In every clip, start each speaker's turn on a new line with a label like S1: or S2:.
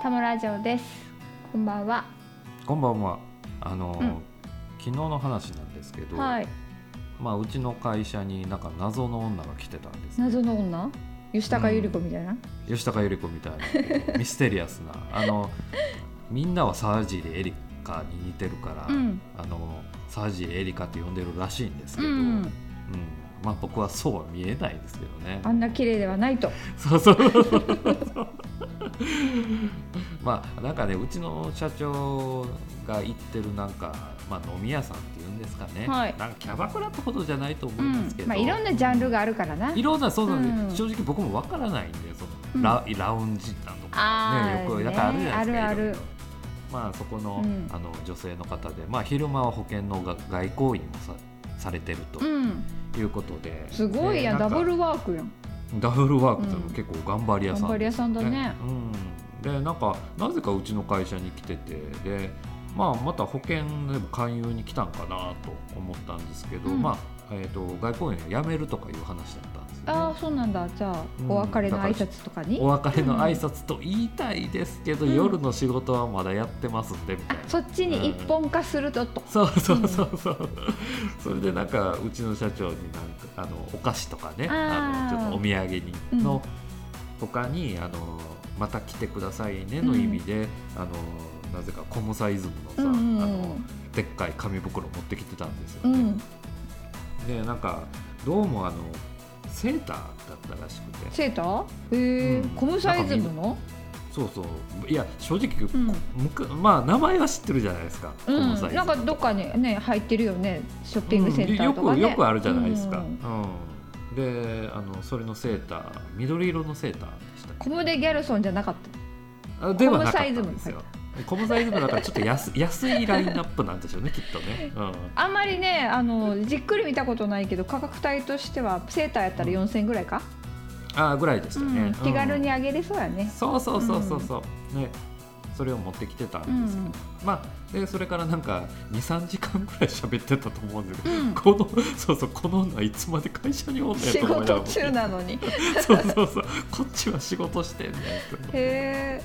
S1: 田村城ですこんばんは
S2: こんばんは。あの、
S1: うん
S2: 昨日の話なんですけど、
S1: はい
S2: まあうちの会社になんか謎の女が来てたんです、ね。
S1: 謎の女吉高由里子みたいな、
S2: 吉高由里子みたいなミステリアス なあのみんなは沢尻エリカに似てるから、
S1: うん
S2: あの沢尻エリカって呼んでるらしいんですけど、
S1: うん
S2: うんまあ僕はそうは見えないですけどね。
S1: あんな綺麗ではないと
S2: そうそうそうそうそう。まあなんかねうちの社長が行ってるなんか、まあ、飲み屋さんっていうんですかね、
S1: はい
S2: なんかキャバクラってほどじゃないと思
S1: う
S2: いま
S1: ん
S2: すけど、
S1: まあいろんなジャンルがあるからない
S2: ろんなそうなんで
S1: うん
S2: 正直僕もわからないんでその、
S1: うん
S2: ララウンジなんとか
S1: あ
S2: ね
S1: ー
S2: よくなんかあるじゃないですか。
S1: ねあるある
S2: いろいろまあそこの,、
S1: うん
S2: あの女性の方で、まあ、昼間は保険のが外交員もさされてると
S1: うん
S2: いうことで、
S1: すごいやん、
S2: ねな
S1: ダ
S2: んか
S1: ブルワークやん
S2: ダブルワークと
S1: うん
S2: いうの結構頑張り屋さん
S1: 頑張り屋さんだね
S2: うん、でなんかなぜかうちの会社に来ててで、まあ、また保険でも勧誘に来たんかなと思ったんですけど、
S1: うん
S2: まあえー、と外交員を辞めるとかいう話だったんですよ、ね。
S1: ああそうなんだじゃあ、
S2: うん
S1: お別れの挨拶とかに
S2: お別れの挨拶と言いたいですけど、
S1: うん
S2: 夜の仕事はまだやってますんでみたいな
S1: そっちに一本化するとと、
S2: そうそうそうそう、それでなんかうちの社長になんかあのお菓子とかね
S1: あ
S2: あ
S1: ー
S2: のちょっとお土産に
S1: うん
S2: の他に、あのまた来てくださいねの意味で、あのなぜかコムサイズムのさ、
S1: うんうんうん
S2: あのでっかい紙袋持ってきてたんですよ
S1: う
S2: ね、
S1: ん、
S2: でなんかどうもあのセーターだったらしくて
S1: セーターへえ、
S2: うん
S1: コムサイズムの
S2: そうそういや正直、
S1: うん、
S2: むくまあ名前は知ってるじゃないですか、
S1: う
S2: コム
S1: ん
S2: サイズム
S1: なんかどっかにね入ってるよねショッピングセンターとかね、
S2: うんよくよくあるじゃないですか、
S1: う
S2: うんんであのそれのセーター緑色のセーターでしたっけ
S1: コムデギャルソンじゃなかっ
S2: あではなかったんですよコムサイズムだからちょっと安安いラインナップなんでしょうねきっとね、うん、
S1: たあんまりねあのじっくり見たことないけど価格帯としてはセーターやったら
S2: うん
S1: 4000円ぐらいか、
S2: あぐらいでし
S1: う
S2: た
S1: ん
S2: ね、
S1: 気軽に
S2: うん
S1: あげれそうやね、
S2: そうそうそうそうそう、ねそれを持ってきてた
S1: うん
S2: ですけど、
S1: ん
S2: まあでそれからなんか23時間ぐらい喋ってたと思うんですけど、
S1: うん
S2: このそうそうこの女いつまで会社におんねん
S1: 仕
S2: と思いなが
S1: 事
S2: ら
S1: 中なのに
S2: そうそうそうこっちは仕事してんねんって
S1: へえ、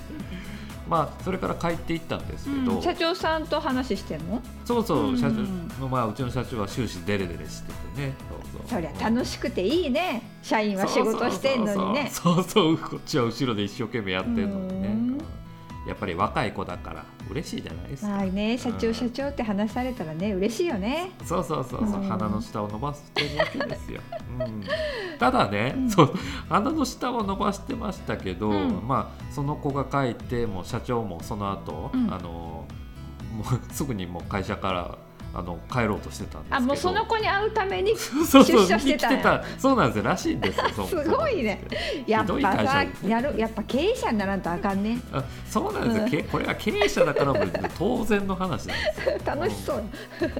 S2: まあ、それから帰っていったんですけど、
S1: うん、社長さんと話してんの
S2: そうそう、
S1: うん
S2: 社長まあうちの社長は終始デレデレしててねそうそ
S1: そりゃ楽しくていいね社員は仕事してんのにね
S2: そうそうそうそうこっちは後ろで一生懸命やってんのにね、
S1: うん
S2: やっぱり若い子だから嬉しいじゃないですか、
S1: まあね社
S2: う
S1: 長
S2: ん
S1: 社長って話されたらね嬉しいよね
S2: そうそうそうそう、
S1: うん
S2: 鼻の下を伸ばしてるわけです よ、うん、ただね、
S1: うん
S2: そう鼻の下を伸ばしてましたけど、
S1: うん
S2: まあその子が帰ってもう社長もその後、
S1: うん
S2: あのもうすぐにもう会社からあの帰ろうとしてたんですけど
S1: あもうその子に会うために
S2: そうそう
S1: 出社してたんや
S2: 来そうなんですよらしいんで すよそう
S1: すごいねやっ
S2: ひど
S1: ぱ
S2: い会
S1: さ
S2: 社
S1: やるやっぱ経営者にならんとあかんね
S2: あそうなんですよ、
S1: うん
S2: けこれは経営者だからもう当然の話なんですよ
S1: 楽しそう、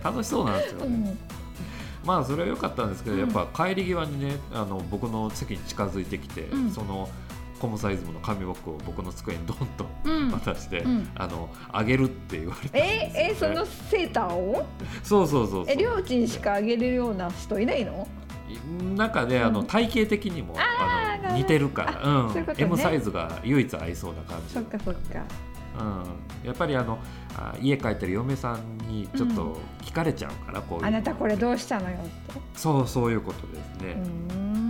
S2: 楽しそうなんですよね、
S1: うん、
S2: まあそれは良かったんですけど、
S1: うん
S2: やっぱ帰り際にねあの僕の席に近づいてきて、
S1: ん
S2: そのコムサイズムの紙箱を僕の机にドンと
S1: うん
S2: 渡して、
S1: うん
S2: あのあげるって言われ
S1: え
S2: たんですよ、ね、
S1: えそのセーターを
S2: そうそうそうそう
S1: え両親しかあげれるような人いないの
S2: なんかねあ
S1: う
S2: の
S1: ん
S2: 体型的にも、
S1: なる
S2: あ
S1: ほ
S2: の
S1: ど
S2: 似てるから、うん
S1: そういうことね
S2: M サイズが唯一合いそうな感じ
S1: そっかそっか
S2: うん、やっぱりあのあ家帰ってる嫁さんにちょっと聞かれちゃうから、こういうの
S1: あなたこれどうしたのよって
S2: そうそういうことですね、
S1: うーん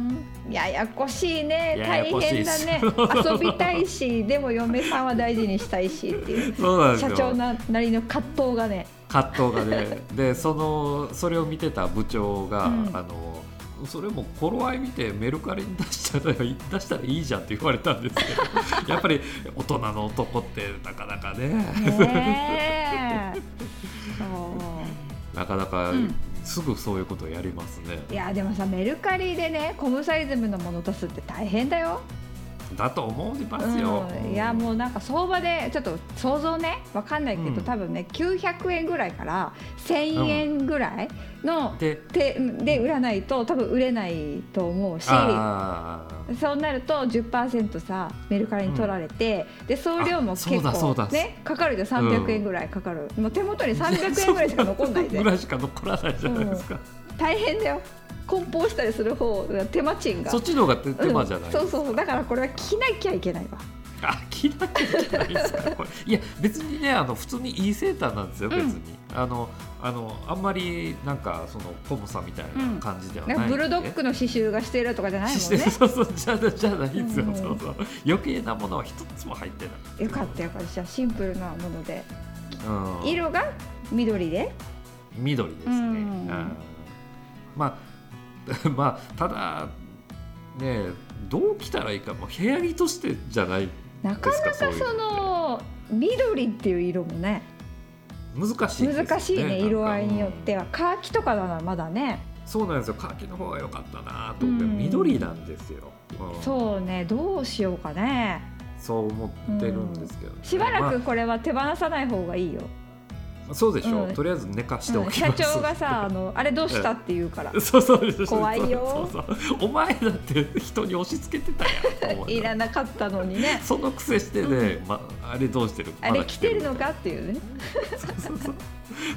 S1: ややこしいね
S2: や
S1: 大
S2: やこしい
S1: 変
S2: っ
S1: だ
S2: す
S1: ね 遊びたいしでも嫁さんは大事にしたいしっていう
S2: そうなんです
S1: 社
S2: よ
S1: 長ななりの葛藤がね
S2: 葛藤が ねでそのそれを見てた部長が、
S1: うん
S2: あのそれも頃合い見てメルカリに出したら いい出したらいいじゃんって言われたんですけ どやっぱり大人の男ってなかなかね
S1: ねえそう
S2: なかなか
S1: うん
S2: すぐそういうことをやりますね、
S1: いやでもさメルカリでねコムサイズムのもの出すって大変だよ、
S2: だと思いますよ、
S1: うん、いやもうなんか相場でちょっと想像ねわかんないけど、
S2: うん
S1: 多分ね900円ぐらいから1000円ぐらいの
S2: で
S1: 手で売らないと多分売れないと思うし
S2: あー
S1: そうなると10%さメルカリに取られて、で送料も
S2: あ
S1: 結
S2: そうだそう
S1: 構
S2: だ
S1: ねかかるじゃん300円ぐらいかかる、もう手元に300円ぐらいしか残んない で
S2: ぐらいしか残らないじゃないですか、
S1: 大変だよ梱包したりする方手間賃が
S2: そっちの方が手手間じゃない、
S1: うんそうそうそうだからこれは着なきゃいけないわ
S2: 飽きなきゃいけないですからこれいや別にねあの普通にいいセーターなんですよ別に、あのあのあんまりなんかそのポムさみたいな感じではな
S1: ないん
S2: んで、
S1: かブルドッグの刺繍がしてるとかじゃないもん
S2: して
S1: ね
S2: る そうそうじゃあじゃあないですよ、
S1: うん
S2: そうそう余計なものは一つも入ってない
S1: よかったよかったじゃあシンプルなもので
S2: うん、
S1: 色が緑で
S2: 緑ですね、
S1: うん
S2: うんまあ まあただねどう着たらいいかもう部屋着としてじゃない
S1: なかな
S2: ですか
S1: か
S2: そういうの
S1: そ
S2: って
S1: の緑っていう色もね
S2: 難しいですよね
S1: 難しいね
S2: なんか
S1: 色合いによって
S2: うん
S1: はカーキとかならまだね
S2: そうなんですよカーキの方が良かったなと思って、
S1: うん
S2: 緑なんですよ、うん
S1: そうねどうしようかね
S2: そう思ってるんですけどね、
S1: しばら
S2: ま
S1: くこれは手放さない方がいいよ、
S2: あそうでしょう、
S1: うん
S2: とりあえず寝かして
S1: う
S2: お
S1: ん
S2: き
S1: 社
S2: ます、
S1: 長がさあのあれどうしたって言うから
S2: そうそうそう
S1: 怖いよ
S2: そうそうお前だって人に押し付けてたやんと思って
S1: いらなかったのにね
S2: その癖してね、まあれどうしてる
S1: あ
S2: ま
S1: れ
S2: だ
S1: 来てるのかっていうね
S2: そうそうそう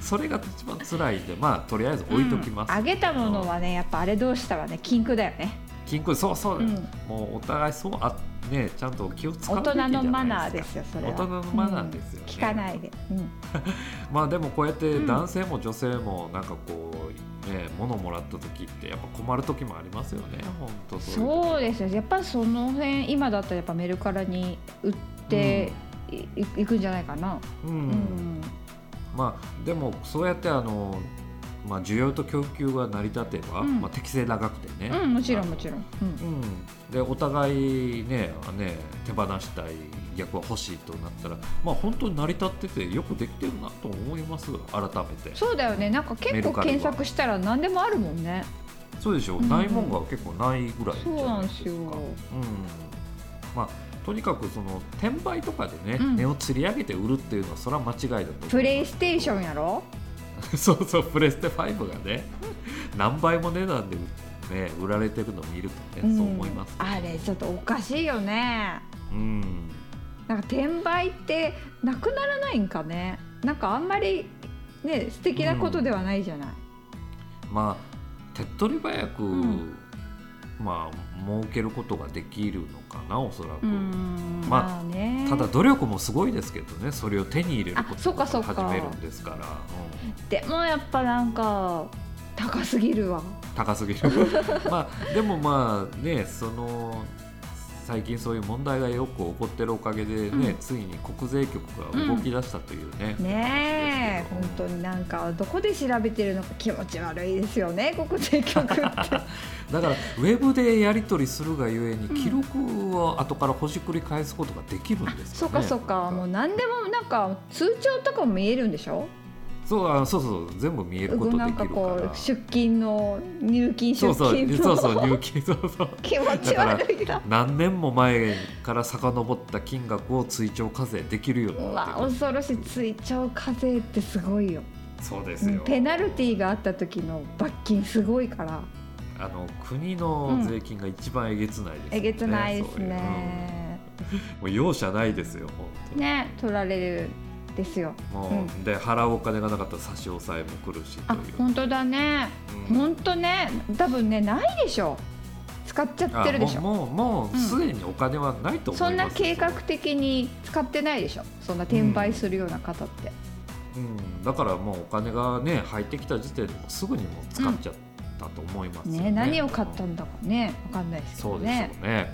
S2: それが一番辛いんでまあとりあえず置いときます、
S1: うんあげたものはねやっぱあれどうしたはね禁句だよね
S2: 金庫そうそう、
S1: うん
S2: もうお互いそうあねちゃんと気を使う
S1: 大
S2: べきじゃ
S1: 人
S2: な
S1: の
S2: い
S1: マナーですすよそ
S2: か
S1: れは
S2: 大人のマナーですよね、
S1: うん聞かないで、うん
S2: まあでもこうやって
S1: うん
S2: 男性も女性もなんかこうね物もらった時ってやっぱ困る時もありますよね本当
S1: そうですよやっぱりその辺今だったらやっぱメルカラに売ってい,、いくんじゃないかな、
S2: う
S1: うん
S2: んまあでもそうやってあの、まあ、需要と供給が成り立てば、
S1: うん
S2: まあ、適正な額でね、
S1: うんもちろんもちろん、うん
S2: うん、でお互いねね手放したい逆は欲しいとなったら、まあ、本当に成り立っててよくできてるなと思います改めて
S1: そうだよねなんか
S2: メ
S1: 結
S2: ル
S1: 構
S2: カリは
S1: 検索したら何でもあるもんね
S2: そうでしょう、
S1: うん
S2: ないもんが結構ないぐらいじゃないですか
S1: そうなんですよ
S2: うんまあとにかくその転売とかでね、
S1: うん
S2: 値を釣り上げて売るっていうのはそれは間違いだと思う
S1: プレイステーションやろ
S2: そうそうプレステ5がね何倍も値段で、ね、売られてるのを見るとね、そう思います
S1: うんあれちょっとおかしいよね
S2: うん
S1: なんか転売ってなくならないんかねなんかあんまりね素敵なことではないじゃない、
S2: まあ手っ取り早く、
S1: ん
S2: まあ儲けることができるのかなおそら
S1: う
S2: く、
S1: ん
S2: まあ
S1: あね
S2: ただ努力もすごいですけどねそれを手に入れるこ
S1: あそ
S2: と
S1: うかそうか
S2: 始めるんですからうん
S1: でもやっぱなんか高すぎるわ
S2: 高すぎ るまあでもまあねその最近そういう問題がよく起こってるおかげでね、
S1: うん
S2: ついに国税局が動き出したというね、
S1: ねえ
S2: 話で
S1: 本
S2: すけ
S1: 当
S2: ど
S1: になんかどこで調べてるのか気持ち悪いですよね国税局 って
S2: だからウェブでやり取りするがゆえに
S1: うん
S2: 記録を後からほじくり返すことができるんですかね。
S1: そうかそうかもう
S2: う
S1: 何でもなんか通帳とかも見えるんでしょ
S2: そうあそうそう全部見えることでき
S1: な
S2: る
S1: ん
S2: か。
S1: からこう出金の入金
S2: そ
S1: 出
S2: うそう
S1: 金
S2: そう
S1: の
S2: そう入金そうそう。
S1: 気持ち悪いな
S2: 何年も前から遡った金額を追徴課税できるよう
S1: う
S2: にな
S1: わ
S2: ってる
S1: 恐ろしい追徴課税ってすごいよ
S2: そうですよ。
S1: ペナルティーがあった時の罰金すごいから
S2: あの国の税金が一番えげつないですよね、
S1: えげつないです
S2: そういう
S1: ね
S2: うんもう容赦ないですよ本当に。
S1: ね取られるですよ
S2: もう、
S1: う
S2: で払うお金がなかったら差し押さえも苦しいと
S1: あ
S2: いう。
S1: 本当だね
S2: うん
S1: 本当ね多分ねないでしょ使っちゃ
S2: あ
S1: ってるでしょ
S2: もうもうも
S1: う
S2: う
S1: ん
S2: すでにお金はないと思います、
S1: そんな計画的に使ってないでしょそんな転売するような方って、
S2: うん、だからもうお金がね入ってきた時点でもうすぐにもう使っちゃったと思いますよね,、
S1: ね何を買ったんだかねわかんないですけ
S2: そ
S1: ど
S2: うでしょう
S1: ね
S2: ね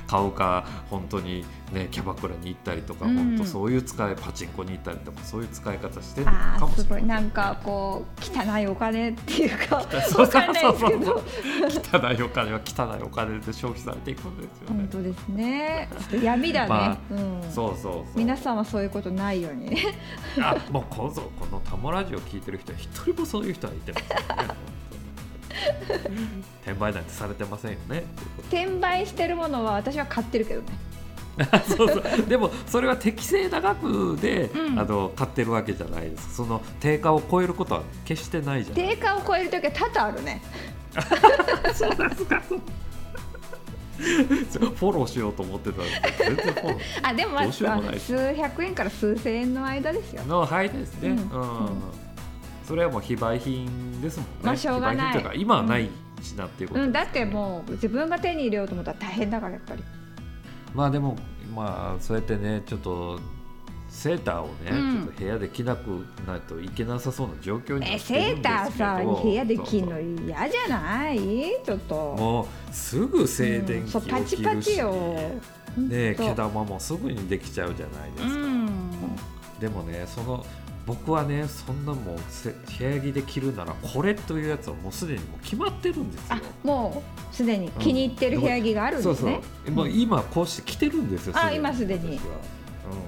S2: 買うか本当にねキャバクラに行ったりとか、
S1: うん
S2: 本当そういう使いパチンコに行ったりとかそういう使い方してるの
S1: あ
S2: か
S1: あ
S2: もし
S1: す
S2: れ
S1: ご
S2: ない
S1: いなんかこう汚いお金っていうか
S2: そうそうそうそう
S1: わかんないですけど
S2: 汚いお金は汚いお金で消費されていくんですよ
S1: 本
S2: ね、
S1: 当ですねちょっと闇だね、
S2: まあ
S1: うん、
S2: そうそうそう
S1: 皆さんはそういうことないようにね
S2: あもうこぞこのタモラジオ聞いてる人は一人もそういう人はいてませんね 本当に転売なんてされてませんよねっていうこと
S1: 転売してるものは私は買ってるけどね
S2: そうそうでもそれは適正な額で、
S1: うん
S2: あの買ってるわけじゃないですその定価を超えることは決してないじゃない
S1: 定価を超える時は多々あるね
S2: そうなんですかそうフォローしようと思ってたんですけど全然フォロー
S1: あでもまあ
S2: どうしようもないです
S1: 数百円から数千円の間ですよ
S2: のはいですね、う
S1: うんん
S2: それはもう非売品ですもんね、
S1: まあしょうがない
S2: 非売品というか今はないしなっていうこ
S1: う
S2: とです
S1: ん、
S2: ね
S1: だってもう自分が手に入れようと思ったら大変だからやっぱり
S2: まあでもまあそうやってねちょっとセーターをね、
S1: うん
S2: ちょっと部屋で着なくないといけなさそうな状況になってるん
S1: え
S2: ですけど
S1: セーターさ部屋で着る
S2: そう
S1: の嫌じゃないちょっ
S2: そう
S1: と
S2: もうすぐ静電気
S1: そ
S2: を
S1: うパチ
S2: 切
S1: パ
S2: る
S1: チ
S2: し、
S1: よ
S2: ねえ
S1: ほん
S2: 毛
S1: と
S2: 玉もすぐにできちゃうじゃないで
S1: う
S2: すか、
S1: ん
S2: でもねその僕はねそんなもうせ部屋着で着るならこれというやつはもうすでにもう決まってるんですよ
S1: あもうすでに気に入ってる部屋着があるん
S2: そ
S1: で
S2: う
S1: す
S2: そう、
S1: ね
S2: もう今こうして着てるんですよ。
S1: あ
S2: に
S1: 今すでに
S2: 私はうん。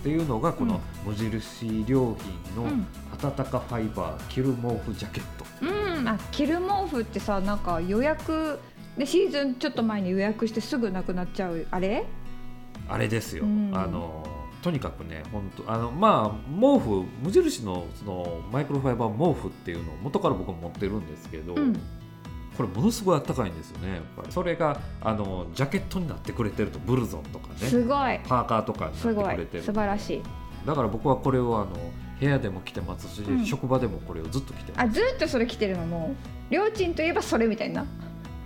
S2: っていうのがこの無印良品の
S1: うん
S2: 暖かファイバー着る毛布ジャケット。
S1: うんあ着る毛布ってさなんか予約でシーズンちょっと前に予約してすぐなくなっちゃうあれ
S2: あれですよ。
S1: うん
S2: あのとにかくね本当あのまあ毛布無印のそのマイクロファイバー毛布っていうのを元から僕持ってるんですけど。
S1: うん
S2: これものすごい暖かいんですよねやっぱりそれがあのジャケットになってくれてるとブルゾンとかね
S1: すごい
S2: パーカーとか
S1: す
S2: に
S1: ご
S2: なってく
S1: い
S2: れてる
S1: 素晴らしい
S2: だから僕はこれをあの部屋でも着てますし、
S1: うん
S2: 職場でもこれをずっと着てま
S1: あずっとそれ着てるのもうりょーちんといえばそれみたいな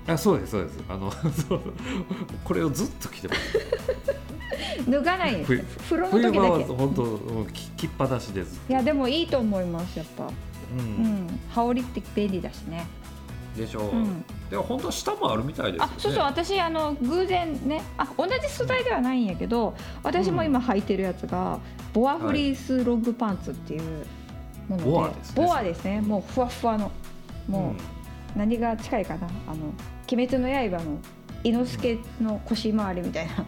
S2: すあそうですそうですあの そうこれをずっと着てます
S1: 脱がないんですよ風呂の
S2: 冬
S1: 時
S2: 場
S1: だ
S2: は
S1: け
S2: 本当うん着着っぱなしです、
S1: いやでもいいと思いますやっぱ、
S2: うん
S1: うん、羽織って便利だしね、
S2: でしょう、
S1: うん、
S2: でも本当は下もあるみたいですよ
S1: あ
S2: ね
S1: そうそう私あの偶然ねあ同じ素材ではないんやけど私も今履いてるやつがボアフリースロングパンツっていうもので、
S2: ボアですね
S1: ボアですねもうふわっふわのもう何が近いかな「あの鬼滅の刃」の伊之助の腰回りみたいな
S2: うん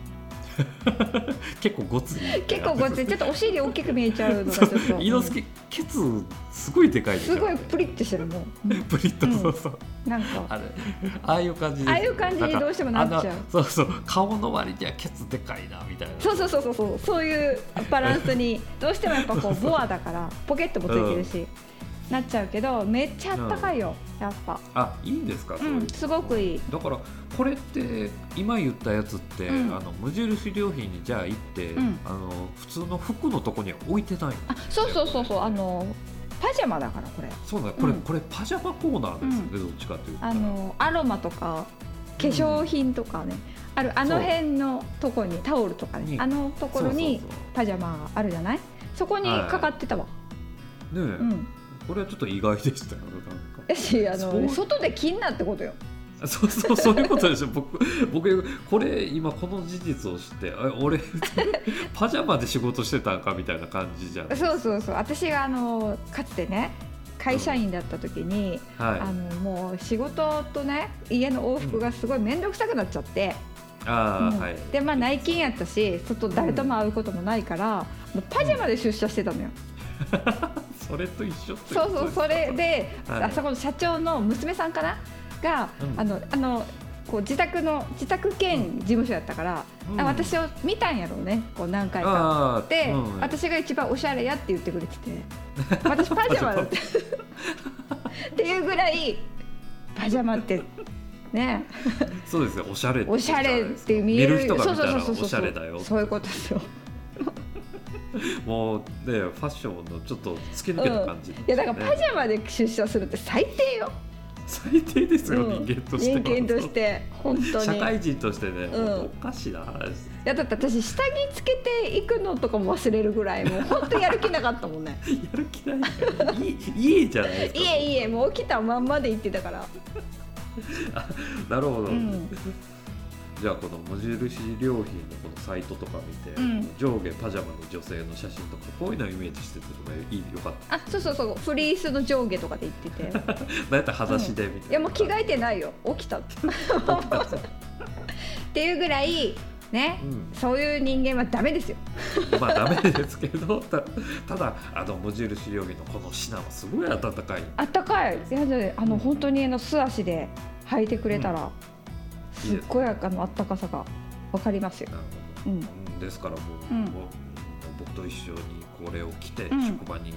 S2: 結構ごつい
S1: 結構ごっついちょっとお尻大きく見えちゃうのがち
S2: そ
S1: ょっ
S2: う
S1: と
S2: 伊之助ケツすごいでかいでしょ
S1: すごいプリッとしてるもううん
S2: プリッと
S1: うん
S2: そうそう、
S1: なんか
S2: あれああいう感じです
S1: ああいう感じにどうしてもなっちゃう
S2: なんかあのそうそう顔の割にはケツでかいなみたいな
S1: そうそうそうそうそうそういうバランスにどうしてもやっぱこうボアだからポケットもついてるし、なっちゃうけどめっちゃあったかいよ、やっぱ
S2: あいいんですか、そういうん
S1: すごくいい
S2: だからこれって今言ったやつって、
S1: うん
S2: あの無印良品にじゃあ行って、
S1: うん
S2: あの普通の服のとこには置いてない
S1: あそうそうそうそうあのパジャマだからこれ
S2: そうなんこれ、
S1: うん
S2: これパジャマコーナーですよね、どっちかというと
S1: あのアロマとか化粧品とかね、あるあの辺のとこにタオルとかね
S2: に
S1: あのところに
S2: そうそう
S1: パジャマがあるじゃないそこにかかってたわ、
S2: そうねえ、
S1: うん
S2: これはちょっと意外でしたよなんか
S1: やしあ
S2: そう
S1: の外で着んなってことよ
S2: あ そうそうそういうことでしょ僕僕これ今この事実を知ってあ 俺パジャマで仕事してたんかみたいな感じじゃんはい
S1: そうそうそう私があのかつてね会社員だった時に、あのもう仕事とね家の往復がすごい面倒くさくなっちゃって、
S2: あ
S1: う
S2: ー
S1: ん
S2: はい
S1: でまあ内勤やったし外誰とも会うこともないから、もうパジャマで出社してたのよ、
S2: それと一緒って
S1: そ
S2: こと
S1: う
S2: で
S1: そ
S2: す
S1: う
S2: か
S1: それで、
S2: はい
S1: あそこの社長の娘さんかなが、
S2: うん
S1: あのあのこう自宅の自宅兼事務所やったから、
S2: うん
S1: あ私を見たんやろうねこう何回か。
S2: あー
S1: で、
S2: うん
S1: 私が一番おしゃれやって言ってくれてて 私パジャマだってっていうぐらいパジャマってね
S2: そうですね、おしゃれって
S1: おしゃれって見
S2: 見
S1: え
S2: え
S1: る
S2: る人が見たら
S1: そう
S2: お
S1: そうそう
S2: し
S1: そ
S2: ゃ
S1: う
S2: れだよ
S1: そういうことですよ
S2: もうねファッションのちょっと突き抜けた感じ、
S1: いやだからパジ
S2: ャ
S1: ャマで出社するって最低よ、
S2: 最低ですよ、
S1: うん
S2: 人間としては
S1: 人間として本当
S2: 社
S1: にい
S2: 会人としてね、
S1: うん
S2: ほんとおかしいな話です
S1: やだって私下着つけていくのとかも忘れるぐらいもう本当やる気なかったもん ね
S2: やる気ないからいいいいじゃないですか
S1: いえいえもう起きたまんまで行ってたから
S2: なるほど、
S1: うん
S2: じゃあこの無印良品のこのサイトとか見て、
S1: うん
S2: 上下パジャマの女性の写真とかこういうのをイメージしててもいいよかっ
S1: あそうそうそうフリースの上下とかで行ってて
S2: たなんやったら裸足でみたいな、
S1: いやもう着替えてないよ起きたってっていうぐらいね、
S2: うん
S1: そういう人間はダメですよ
S2: まあダメですけどたただあの無印良品のこの品はすごい温かい
S1: あったかいいやであの本当にあの素足で履いてくれたら、
S2: うんいい
S1: すっ
S2: です
S1: ごいあのあったかさがわかりますよ
S2: なる
S1: う
S2: ほど、
S1: ん
S2: うんですからもう、
S1: うん
S2: もう僕と一緒にこれを着て
S1: うん
S2: 職場に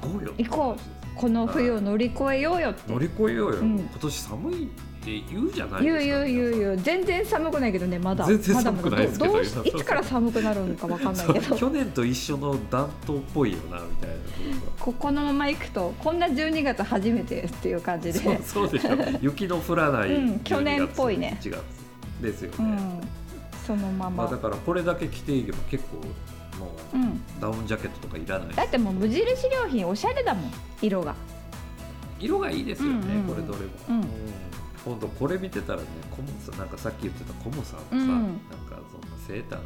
S2: 行こうよ、
S1: 行ここの冬を乗り越えようよって
S2: 乗り越えようよ、
S1: うん
S2: 今年寒いって言うじゃないです
S1: 言
S2: か
S1: う言う言う
S2: 皆さん
S1: 言う全然寒くないけどねまだ
S2: 全然寒くないですけど
S1: まだまだどうどうしいつから寒くなるのかわかんないけ
S2: そう
S1: ど
S2: 去年と一緒の暖冬っぽいよなみたいな
S1: ここのまま行くとこんな12月初めてっていう感じで
S2: そうそうでしょ雪の降らない
S1: うん
S2: 12月
S1: 去年っぽいね
S2: 1月ですよ
S1: う
S2: ね、
S1: ん、そのま
S2: まあ、
S1: ま
S2: だからこれだけ着ていけば結構も
S1: う
S2: うんダウンジャケットとかいらない
S1: だってもう無印良品おしゃれだもん色が
S2: 色がいいですよね、
S1: うんうんうん
S2: これどれも、
S1: うん
S2: 今度これ見てたらねコモさんなんかさっき言ってたコモさんとさ、
S1: うん
S2: なんかそんなセーター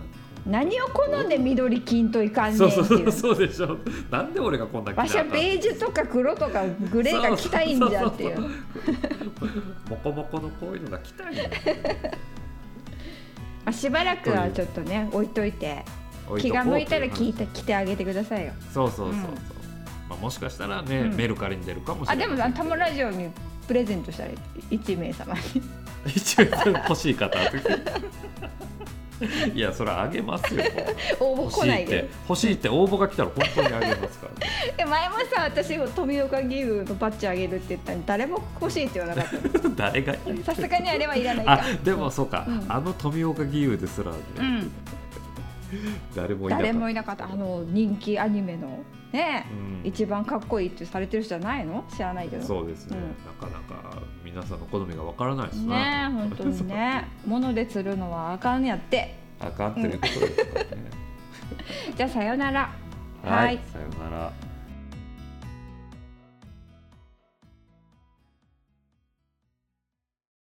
S2: なんて
S1: 何を好んで緑金といかんね
S2: そ
S1: ん
S2: う
S1: って
S2: そ
S1: いう
S2: そうそうでしょなんで俺がこんな着な
S1: わしはベージュとか黒とかグレーが着たいんじゃっていう
S2: そそそそうモコモコのこういうのが着たいんだよ
S1: まあしばらくはちょっとね置いといて
S2: 置
S1: 気
S2: とこう
S1: が向いたら
S2: って
S1: 聞
S2: う
S1: いて来てあげてくださいよ
S2: 話そうそうそうそう、
S1: うん
S2: まあ、もしかしたらね、
S1: うん
S2: メルカリに出るかもし
S1: あ
S2: れな
S1: で
S2: い
S1: もあタモラジオにプレゼントしたら1名様に
S2: 一応欲しい方 いやそれあげますよ
S1: 応募
S2: 欲
S1: 来
S2: し
S1: ない
S2: いっ
S1: で
S2: て欲しいって応募が来たら本当にあげますから、ね、
S1: え前もさ私富岡義勇のバッジあげるって言ったのに誰も欲しいって言わなかった
S2: 誰が
S1: のさすがにあれはいらないか
S2: あでもそうか、
S1: うん
S2: あの富岡義勇ですらね、
S1: うん
S2: 誰もいなかった
S1: 誰もいなかったあの人気アニメのね
S2: うん
S1: 一番かっこいいってされてる人じゃないの知らないけど
S2: そうですね、
S1: うん
S2: なかなか皆さんの好みがわからないですね
S1: ねえ本当に ね物で釣るのはあかんやって
S2: あかんということですからね、
S1: じゃあさよなら
S2: はいさようなら